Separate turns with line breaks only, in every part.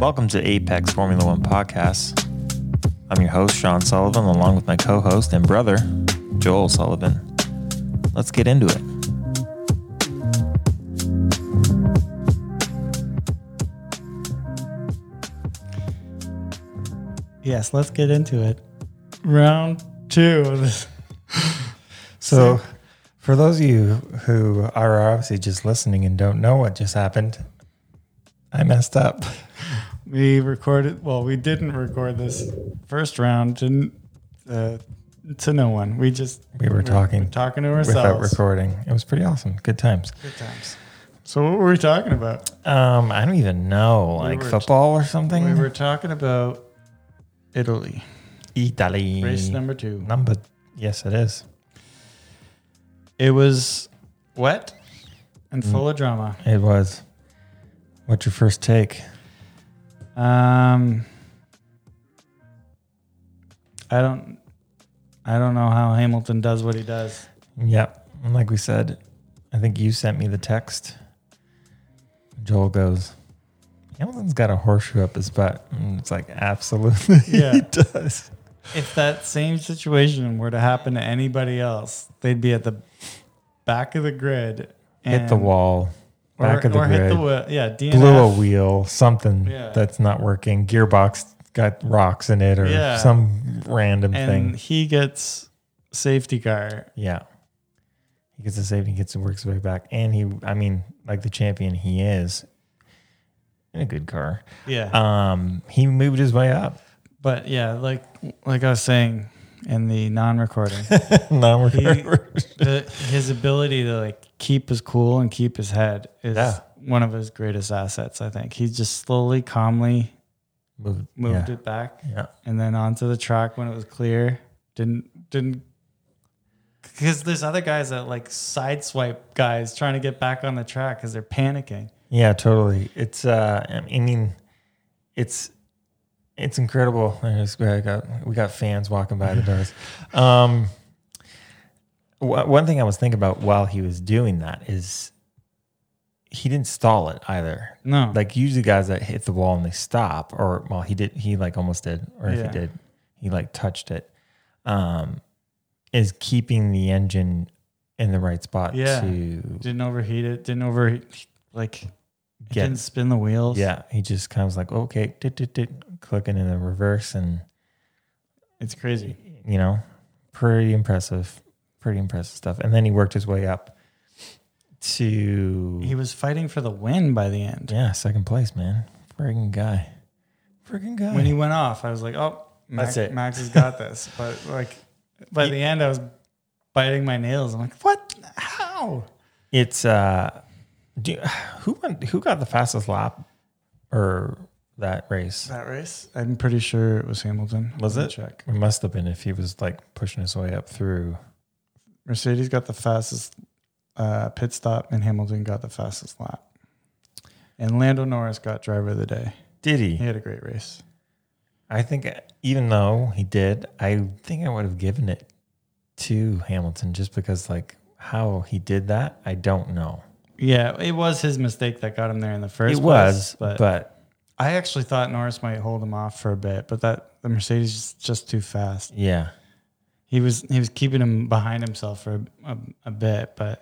Welcome to Apex Formula One Podcast. I'm your host, Sean Sullivan, along with my co host and brother, Joel Sullivan. Let's get into it.
Yes, let's get into it. Round two. of this.
So, for those of you who are obviously just listening and don't know what just happened, I messed up.
we recorded, well, we didn't record this first round to, uh, to no one. We just
We were talking
talking to
without
ourselves.
recording. It was pretty awesome. Good times.
Good times. So what were we talking about?
Um, I don't even know,
We
like
were-
football or something.
We were talking about Italy.
Italy
Race number two.
number. Yes, it is.
It was wet and
Mm.
full of drama.
It was. What's your first take?
Um, I don't, I don't know how Hamilton does what he does.
Yep. And like we said, I think you sent me the text. Joel goes, Hamilton's got a horseshoe up his butt. And it's like, absolutely,
Yeah.
he does.
if that same situation were to happen to anybody else, they'd be at the back of the grid.
hit the wall,
or-
back of the
or
grid,
Hit the wheel. Yeah, DNF.
blew a wheel, something
Yeah.
that's not working. Gearbox got rocks in it or
Yeah.
some random
and
thing.
he gets safety car.
Yeah. He gets a save, he gets to work his way back. And he, I mean, like the champion he is, in a good car.
Yeah,
Um, he moved his way up.
but yeah, like like I was saying in the non-recording,
no, we're
he, the, his ability to like keep his cool and keep his head is
Yeah.
one of his greatest assets. I think he just slowly, calmly
moved,
moved
yeah.
it back.
Yeah,
and then onto the track when it was clear. Didn't didn't because there's other guys that like sideswipe guys trying to get back on the track because they're panicking.
yeah, totally. It's uh, I mean, it's it's incredible. There's, I got we got fans walking by the doors. Um, wh- one thing I was thinking about while he was doing that is he didn't stall it either.
No,
Like usually guys that hit the wall and they stop, or well, he did. He like almost did, or if
Yeah.
he did, he like touched it. Um, is keeping the engine in the right spot
Yeah.
to
didn't overheat it. Didn't over like it
Get-
didn't spin the wheels.
Yeah, he just kind of was like, okay, dit, dit, dit, clicking in the reverse, and
it's crazy.
you know, pretty impressive, pretty impressive stuff. And then he worked his way up to
He was fighting for the win by the end.
yeah, second place, man. Friggin' guy, friggin' guy.
When he went off, I was like, oh, Max,
That's it.
Max has got this. But like by the end, I was biting my nails. I'm like, what? How?
it's uh, do, who won, who got the fastest lap or that race?
That race? I'm pretty sure it was Hamilton.
Was
Let me
it?
Check.
It must have been if he was like pushing his way up through.
Mercedes got the fastest uh, pit stop, and Hamilton got the fastest lap. And Lando Norris got driver of the day.
Did he?
He had a great race.
I think uh, even though he did, I think I would have given it to Hamilton just because like how he did that, I don't know.
Yeah, it was his mistake that got him there in the first.
it was,
place, but,
but,
I actually thought Norris might hold him off for a bit, but that the Mercedes is just too fast.
yeah.
He was he was keeping him behind himself for a, a, a bit, but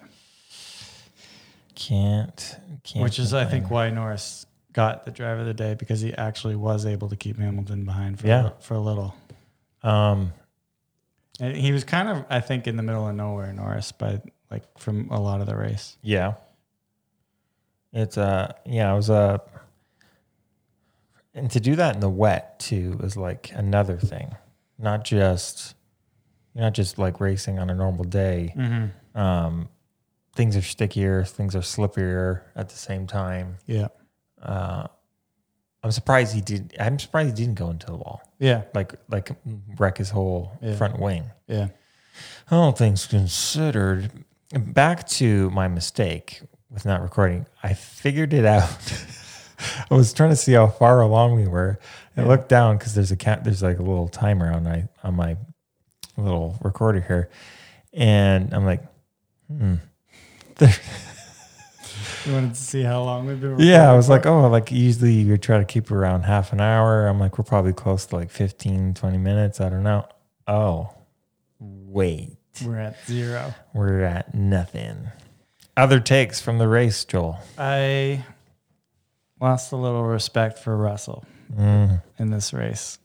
Can't can't
which is I think
complain.
why Norris got the driver of the day because he actually was able to keep Hamilton behind for a
Yeah.
li- for a little.
um
And he was kind of, I think, in the middle of nowhere, Norris, but like from a lot of the race.
yeah. It's uh yeah, it was uh and to do that in the wet too is like another thing. Not just you're not just like racing on a normal day.
Mm-hmm.
um, things are stickier, things are slippier at the same time.
Yeah.
Uh, I'm surprised he did. I'm surprised he didn't go into the wall,
Yeah.
like like wreck his whole
Yeah.
front wing.
Yeah.
All things considered, back to my mistake with not recording. I figured it out I was trying to see how far along we were. I
Yeah.
looked down because there's a cat. There's like a little timer on my on my little recorder here, and I'm like, hmm.
You wanted to see how long we've been.
yeah. I
recording
was
for?
like, oh, like usually you try to keep around half an hour. I'm like, we're probably close to like 15, 20 minutes. I don't know. Oh, wait,
we're at zero.
we're at nothing. Other takes from the race, Joel.
I lost a little respect for Russell
Mm,
in this race.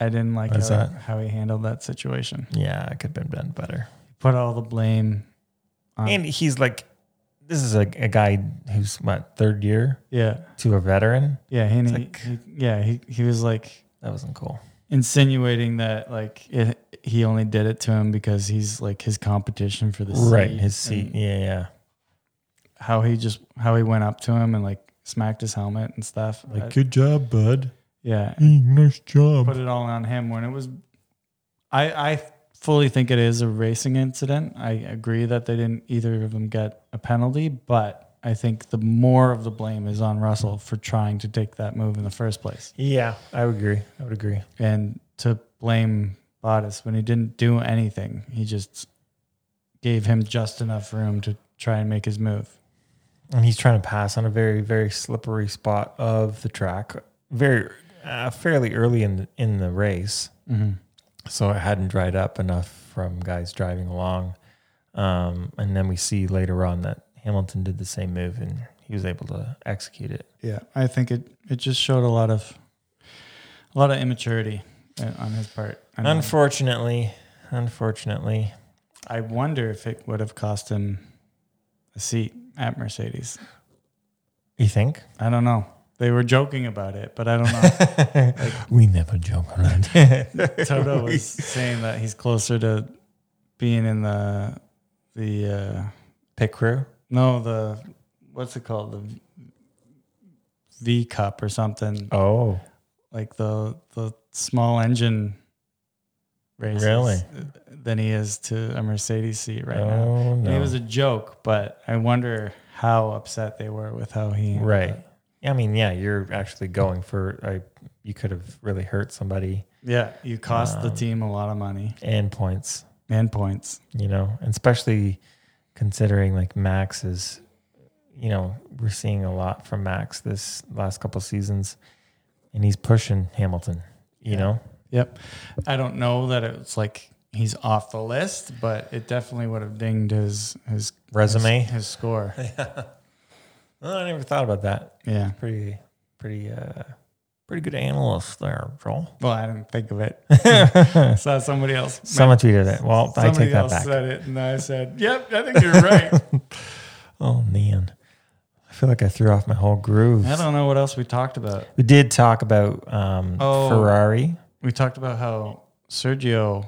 I didn't like
Why's
how,
that?
how he handled that situation.
yeah, it could have been done better.
Put all the blame on.
And he's like, this is a, a guy who's what third year
yeah,
to a veteran.
yeah, he,
It's
he-
like-
he- yeah, he, he was like
That wasn't cool.
insinuating that like it, he only did it to him because he's like his competition for the seat.
his seat.
and
Yeah, yeah.
How he just how he went up to him and like smacked his helmet and stuff. I-
good job, bud.
yeah,
Mm, nice job.
put it all on him when it was I I fully think it is a racing incident. I agree that they didn't either of them get a penalty, but I think the more of the blame is on Russell for trying to take that move in the first place.
Yeah, I would agree. I would agree.
And to blame Bottas when he didn't do anything. He just gave him just enough room to try and make his move.
And he's trying to pass on a very, very slippery spot of the track, very uh, fairly early in the, in the race. so it hadn't dried up enough from guys driving along. Um, and then we see later on that Hamilton did the same move and he was able to execute it.
Yeah, I think it it just showed a lot of a lot of immaturity uh, on his part. I mean,
Unfortunately, unfortunately,
I wonder if it would have cost him a seat at Mercedes.
you think
I don't know. They were joking about it, but I don't know.
we never joke around.
Toto was saying that he's closer to being in the the uh,
Pit crew.
no the what's it called the V cup or something
Oh,
like the the small engine races uh,
Really?
than he is to a Mercedes seat right now.
oh
And
no,
It was a joke, but I wonder how upset they were with how he
right. I mean, yeah, you're actually going for. I you could have really hurt somebody
Yeah, you cost the
Um,
team a lot of money
and points.
and points.
you know, and especially considering like Max is, you know, we're seeing a lot from Max this last couple seasons, and he's pushing Hamilton. You
Yeah.
know,
Yep. I don't know that it's like he's off the list, but it definitely would have dinged his his
resume.
his, his score.
Well, I never thought about that.
Yeah.
Pretty, pretty, uh, pretty good analyst there, Joel.
Well, I didn't think of it. I
Someone
saw somebody else.
tweeted it. Well, I
somebody
take that
else
back.
said it, and I said, "Yep, I think you're right."
Oh man, I feel like I threw off my whole groove.
I don't know what else we talked about.
We did talk about um,
Oh.
Ferrari.
We talked about how Sergio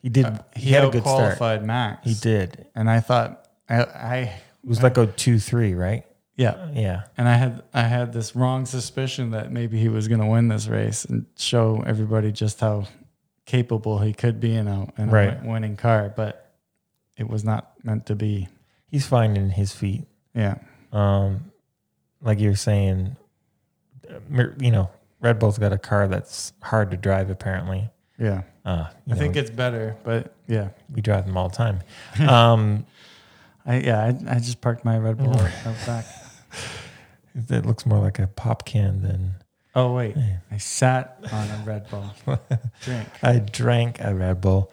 He did.
uh,
he had a good start.
qualified Max.
He did.
and I thought I, I
It was like a two three, right?
yeah,
Yeah.
and I had I had this wrong suspicion that maybe he was going to win this race and show everybody just how capable he could be in a, in a
Right.
win- winning car, but it was not meant to be.
He's finding his feet.
Yeah,
Um, like you're saying, uh, mer- you know, Red Bull's got a car that's hard to drive, apparently.
yeah.
Uh,
I think it's better, but yeah,
we drive them all the time. um,
I yeah I, I just parked my Red Bull out back.
it looks more like a pop can than
Oh wait,
Yeah.
I sat on a Red Bull drink.
I drank a Red Bull.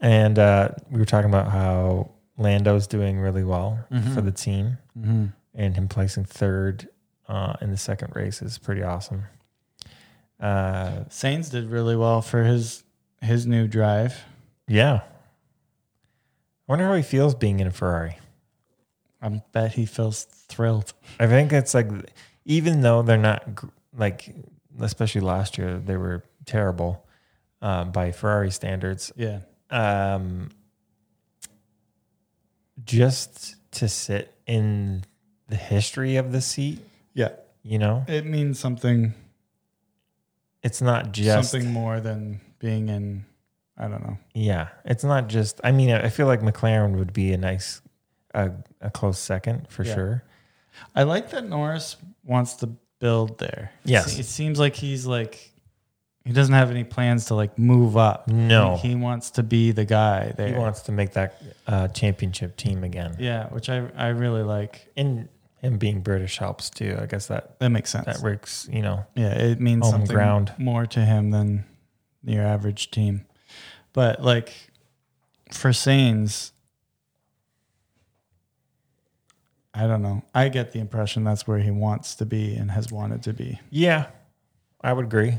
And uh, we were talking about how Lando's doing really well
Mhm.
for the team,
Mm-hmm.
and him placing third uh, in the second race is pretty awesome. Uh,
Sainz did really well for his his new drive.
Yeah. I wonder how he feels being in a Ferrari.
I bet he feels thrilled.
I think it's like, even though they're not gr- like, especially last year, they were terrible uh, by Ferrari standards.
Yeah.
Um, just to sit in the history of the seat,
Yeah.
you know,
It means something
it's not just
something more than being in I don't know.
Yeah, it's not just. I mean, I I feel like McLaren would be a nice, a, a close second for
Yeah.
sure.
I like that Norris wants to build there. It
Yes.
se- It seems like he's like he doesn't have any plans to like move up.
No.
Like, he wants to be the guy there.
He wants to make that uh, championship team again,
yeah, which I I really like.
and him being British helps too. I guess that
That makes sense.
that works. You know,
yeah, it means
home
something
ground.
more to him than your average team. But like for Sainz, I don't know. I get the impression that's where he wants to be and has wanted to be.
yeah, I would agree.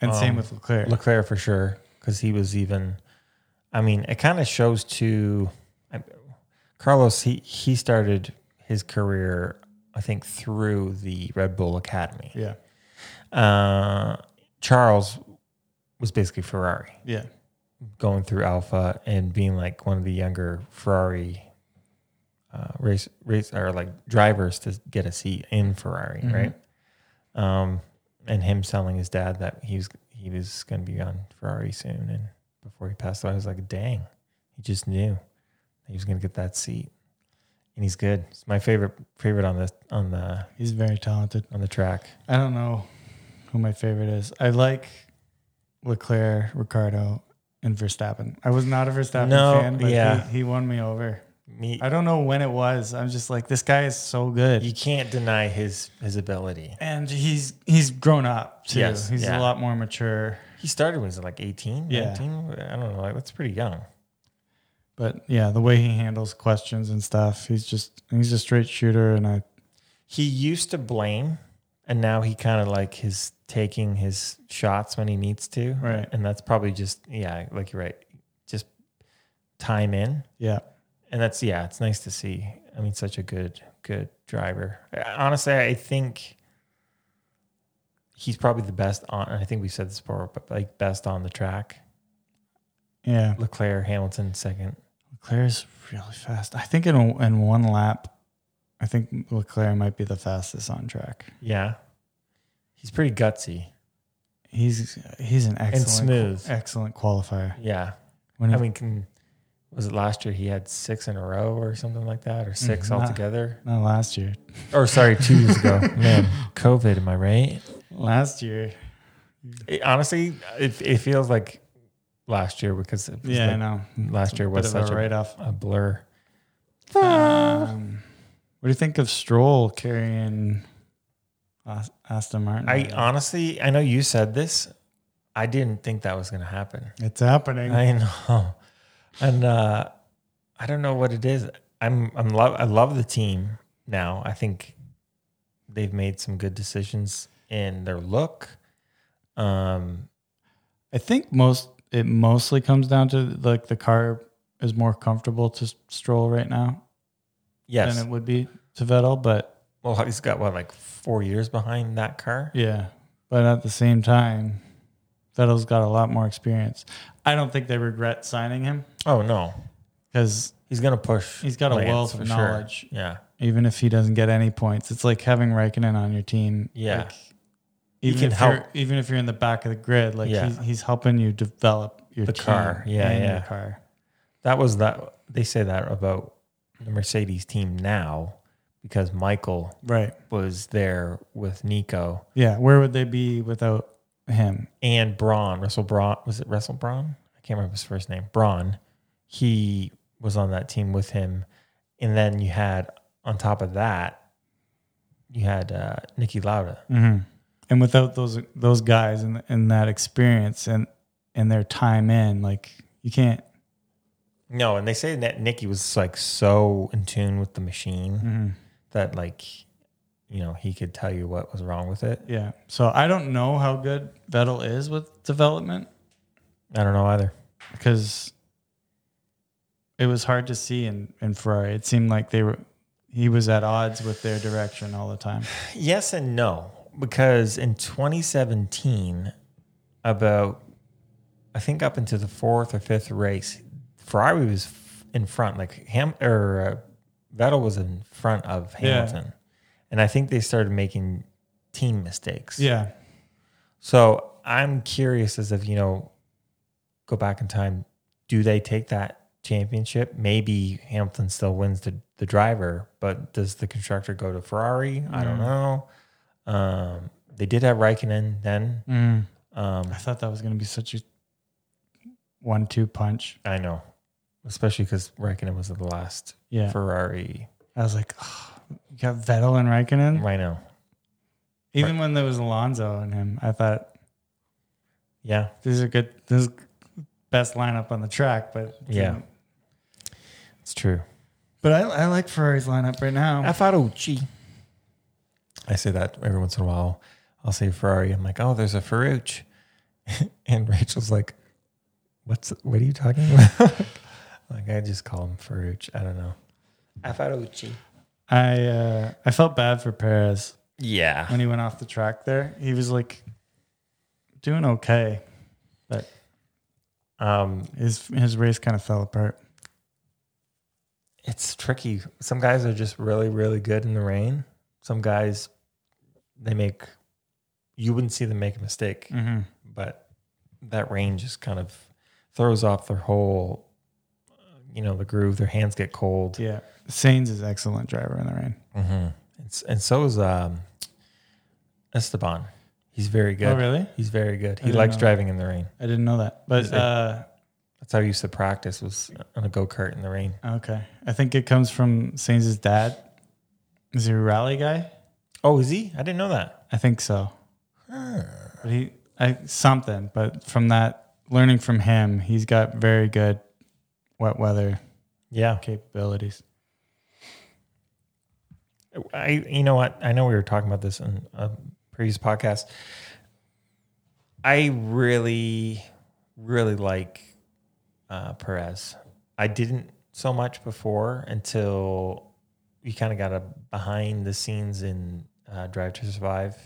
And
Um,
same with Leclerc.
Leclerc for sure, because he was even. I mean, it kind of shows to I, Carlos. He he started his career, I think, through the Red Bull Academy.
yeah.
Uh, Charles was basically Ferrari
Yeah.
going through Alpha and being like one of the younger Ferrari uh, race race or like drivers to get a seat in Ferrari,
Mhm.
right? Um, and him telling his dad that he was he was going to be on Ferrari soon, and before he passed away, I was like, dang, he just knew that he was going to get that seat, and he's good. It's my favorite favorite on the on the
He's very talented.
on the track.
I don't know who my favorite is. I like Leclerc, Ricardo, and Verstappen. I was not a Verstappen
No,
fan, but
yeah.
he, he won me over.
Me,
I don't know when it was. I'm just like, this guy is so good.
you can't deny his his ability.
and he's he's grown up too.
Yes,
he's
yeah.
a lot more mature.
He started when he was like 18,
Yeah.
19? I don't know. Like, that's pretty young.
But yeah, the way he handles questions and stuff, he's just he's a straight shooter and I
he used to blame and now he kind of like his taking his shots when he needs to
Right.
and that's probably just yeah like you're right just time in
yeah.
and that's yeah it's nice to see i mean such a good good driver I- honestly i think he's probably the best on and i think we said this before but like best on the track
Yeah.
leclerc hamilton second
Leclerc's really fast. I think in in one lap, I think Leclerc might be the fastest on track.
yeah he's pretty gutsy
He's he's an excellent Mm-hmm.
smooth.
excellent qualifier.
yeah
When he,
I mean, can, was it last year he had six in a row or something like that, or 6
Mhm.
altogether?
not last year.
Or sorry, two years ago. Man, COVID, am I right?
Last year.
It- honestly, it, it feels like last year because it was
Yeah, I
like
know.
last year was
Bit of
such
a
a,
write off.
a blur. Ah.
Um, what do you think of Stroll carrying As- Aston Martin?
I honestly, I know you said this. I didn't think that was going to happen.
it's happening.
I know, and uh, I don't know what it is. I'm I'm love I love the team now. I think they've made some good decisions in their look. Um,
I think most it mostly comes down to like the car is more comfortable to s- Stroll right now
yes.
than it would be to Vettel, but
well, he's got what like four years behind that car.
yeah. But at the same time, Vettel's got a lot more experience. I don't think they regret signing him
Oh no,
because
he's gonna push.
he's got a
Lance
wealth
for
of
sure.
knowledge.
Yeah,
even if he doesn't get any points. It's like having Raikkonen on your team.
Yeah.
Like, even
can
if
help.
You're, even if you're in the back of the grid, like
Yeah.
he's, he's helping you develop your
The
team
car. Yeah,
and
yeah.
Your car.
that was that. They say that about the Mercedes team now because Michael
Right.
was there with Nico.
Yeah. Where would they be without him?
and Braun, Russell Braun, was it Russell Braun? I can't remember his first name. Braun, he was on that team with him. And then you had, on top of that, you had uh, Nicky Lauda.
Mm-hmm. And without those those guys and and that experience and and their time in, like you can't.
No, and they say that Nicky was like so in tune with the machine
mhm.
that, like, you know, he could tell you what was wrong with it.
Yeah. So I don't know how good Vettel is with development.
I don't know either.
because it was hard to see in, in Ferrari. It seemed like they were he was at odds with their direction all the time.
Yes and no, because in 2017, about I think up into the fourth or fifth race, Ferrari was f- in front. Like Ham or uh, Vettel was in front of
Yeah.
Hamilton, and I think they started making team mistakes.
Yeah,
So I'm curious as if, you know, go back in time, do they take that championship? Maybe Hamilton still wins the, the driver, but does the constructor go to Ferrari? I don't know. Um, they did have Raikkonen then.
Mm.
Um,
I thought that was going to be such a one-two punch.
I know, especially because Raikkonen was the last
Yeah,
Ferrari.
I was like, "Ugh, you got Vettel and Raikkonen.
I know.
Even when there was Alonso and him, I thought
Yeah.
these are good. This is best lineup on the track, but
Yeah. It's true.
But I, I like Ferrari's lineup right now.
Farucci. I say that every once in a while. I'll say Ferrari. I'm like, oh, there's a Farucci. and Rachel's like, what's what are you talking about? like I just call him Farucci. I don't know. Farucci.
I uh, I felt bad for Perez
Yeah.
when he went off the track. There, he was like doing okay.
Um,
His his race kind of fell apart.
it's tricky. Some guys are just really, really good in the rain. Some guys they make you wouldn't see them make a mistake.
Mm-hmm.
but that rain just kind of throws off their whole, you know, the groove. Their hands get cold.
Yeah, Sainz is excellent driver in the rain.
Mm-hmm. It's, and so is um, Esteban. He's very good.
Oh, really?
He's very good.
I
He
didn't
likes
know.
driving in the rain.
I didn't know that. But
Is it-
uh,
That's how he used to practice was on a go kart in the rain.
okay, I think it comes from Sainz's dad. Is he a rally guy?
Oh, is he? I didn't know that.
I think so. But he I, something. But from that, learning from him, he's got very good wet weather
Yeah.
capabilities.
I you know what I know we were talking about this in a previous podcast. I really, really like uh, Perez. I didn't so much before until we kind of got a behind the scenes in uh, Drive to Survive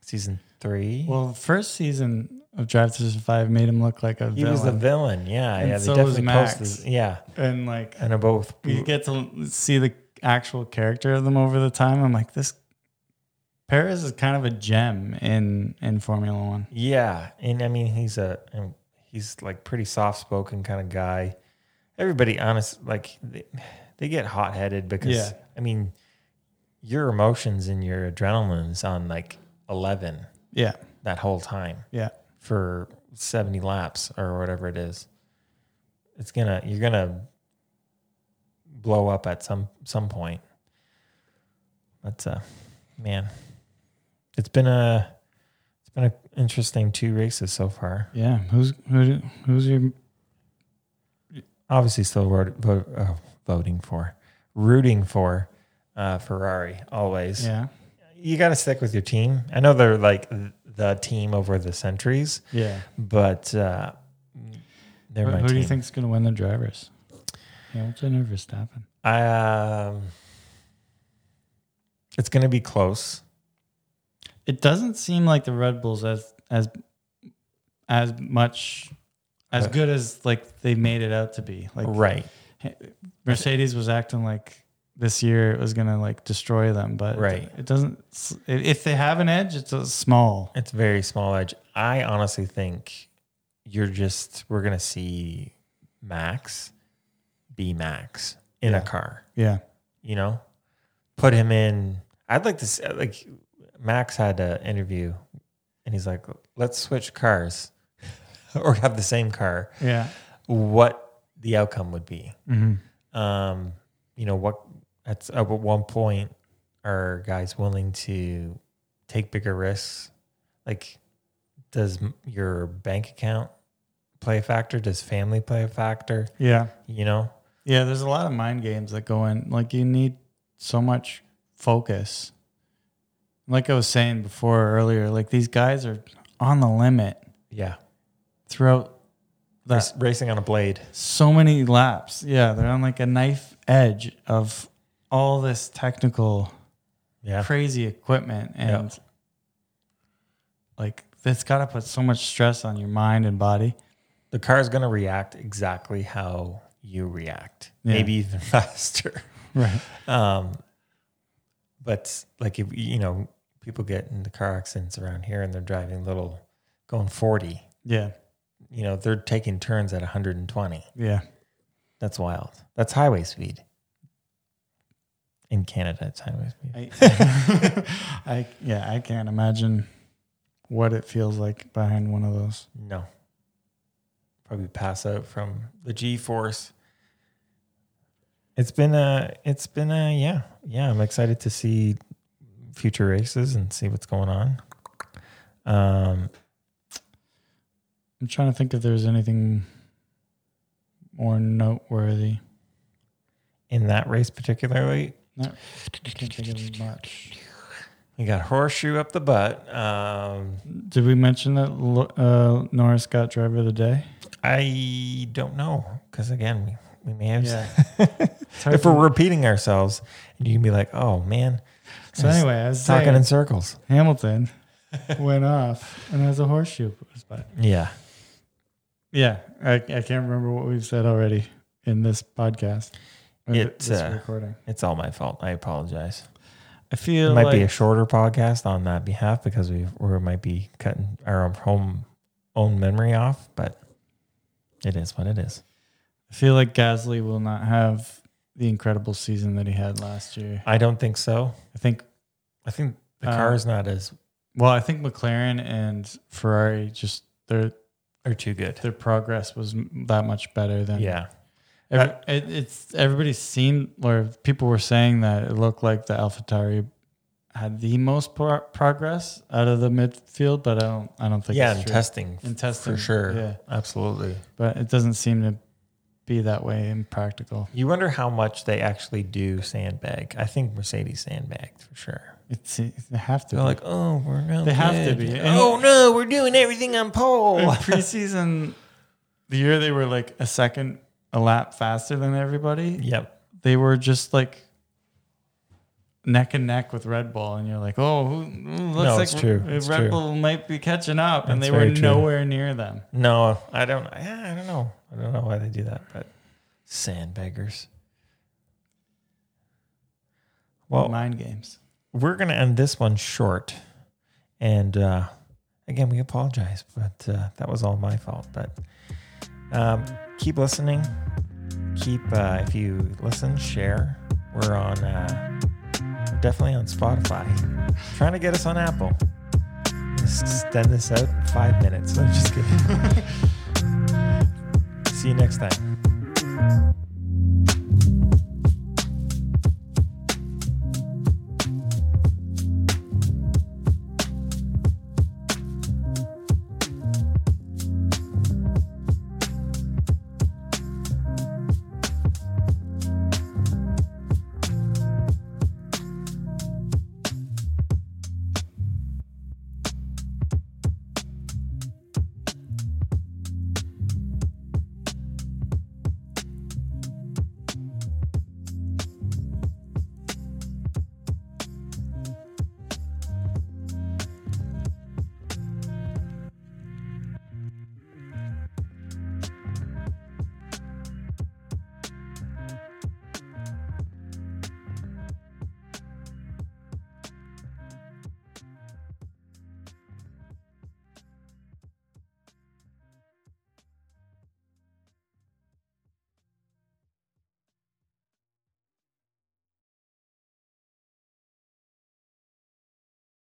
season three.
Well, the first season of Drive to Survive made him look like a
he
villain,
was the villain, yeah,
And
yeah.
so was Max.
posted, yeah,
and like
and they both.
you get to see the actual character of them over the time. I'm like, this Paris is kind of a gem in in Formula One.
Yeah, and I mean he's a and he's like pretty soft spoken kind of guy. Everybody, honest, like they, they get hot headed because
Yeah.
I mean your emotions and your adrenaline's on like eleven
Yeah,
that whole time
yeah,
for seventy laps or whatever it is. It's gonna you're gonna blow up at some some point. But uh, man, it's been a it's been an interesting two races so far.
yeah. Who's who, who's your
obviously still vote, vote, uh, voting for, rooting for uh, Ferrari always.
yeah
You got to stick with your team. I know they're like th- the team over the centuries,
yeah?
but uh, they're
Who,
my
who do
team.
you think's gonna win the drivers? Hamilton or Verstappen?
I, um, it's going to be close.
It doesn't seem like the Red Bulls as as as much as
Uh,
good as like they made it out to be. Like
right.
Mercedes was acting like this year it was gonna like destroy them, but
Right.
it doesn't. If they have an edge, it's a small.
It's very small edge. I honestly think you're just, we're going to see Max be Max in a
Yeah.
car.
Yeah,
you know, put him in. I'd like to see, like Max had an interview, and he's like, "Let's switch cars, or have the same car.
yeah,
What the outcome would be?
mm-hmm.
Um, you know, what at at one point are guys willing to take bigger risks? Like, does m- your bank account play a factor? Does family play a factor?
yeah,
You know,
yeah. There's a lot of mind games that go in. Like you need so much focus. Like I was saying before earlier, like these guys are on the limit
yeah,
throughout the
Race- racing on a blade.
so many laps. Yeah, they're on like a knife edge of all this technical
Yeah,
crazy equipment and like that's got to put so much stress on your mind and body.
the car is going to react exactly how you react,
Yeah.
maybe even faster.
Right.
Um, but like if you know, people get into car accidents around here and they're driving little, going forty.
Yeah.
You know, they're taking turns at 120.
Yeah.
That's wild. That's highway speed. in Canada, it's highway speed.
I, I yeah, I can't imagine what it feels like behind one of those.
No. Probably pass out from the G force. It's been a, it's been a, yeah, yeah. I'm excited to see future races and see what's going on. Um,
I'm trying to think if there's anything more noteworthy.
in that race particularly,
I can't think of much.
we got horseshoe up the butt. Um,
Did we mention that Lo- uh, Norris got driver of the day?
I don't know because again, we, we may have
It's hard
if
to-
we're repeating ourselves, and you can be like, "Oh man,
so
I was
anyway, I was
talking
saying,
in circles."
Hamilton went off and has a horseshoe. But
Yeah,
yeah, I, I can't remember what we've said already in this podcast. or th-
It's,
this
uh,
recording.
it's all my fault. I apologize.
I
It
feel
might
like
be a shorter podcast on that behalf because we we might be cutting our home own memory off, but it is what it is.
I feel like Gasly will not have the incredible season that he had last year.
I don't think so.
I think
I think the
Uh,
car is not as
well, I think McLaren and Ferrari just their
they're too good.
their progress was m- that much better than
Yeah,
Every, it, it's everybody seemed or people were saying that it looked like the AlphaTauri had the most pro- progress out of the midfield, but I don't I don't think
yeah,
it's
and
true.
testing
In testing,
for sure.
yeah,
absolutely.
but it doesn't seem to be that way in practical.
You wonder how much they actually do sandbag. I think Mercedes sandbagged for sure.
It's they have to
They're
be.
like, oh, we're not
They have to
good.
be. And-
oh no, we're doing everything on
in
pole.
preseason, the year they were like a second a lap faster than everybody,
yep.
they were just like neck and neck with Red Bull, and you're like, oh, who, who looks
No,
like
it's true.
Re-
It's
Red
true.
Bull might be catching up, and
That's
they were
very true.
nowhere near them.
No, I don't. Yeah, I don't know. I don't know why they do that, but sandbaggers. Well,
Mind games.
we're gonna end this one short, and uh, again, we apologize, but uh, that was all my fault. But um, keep listening. Keep uh, if you listen, share. We're on uh, we're definitely on Spotify. Trying to get us on Apple. Let's extend this out five minutes. I'm just kidding. See you next time.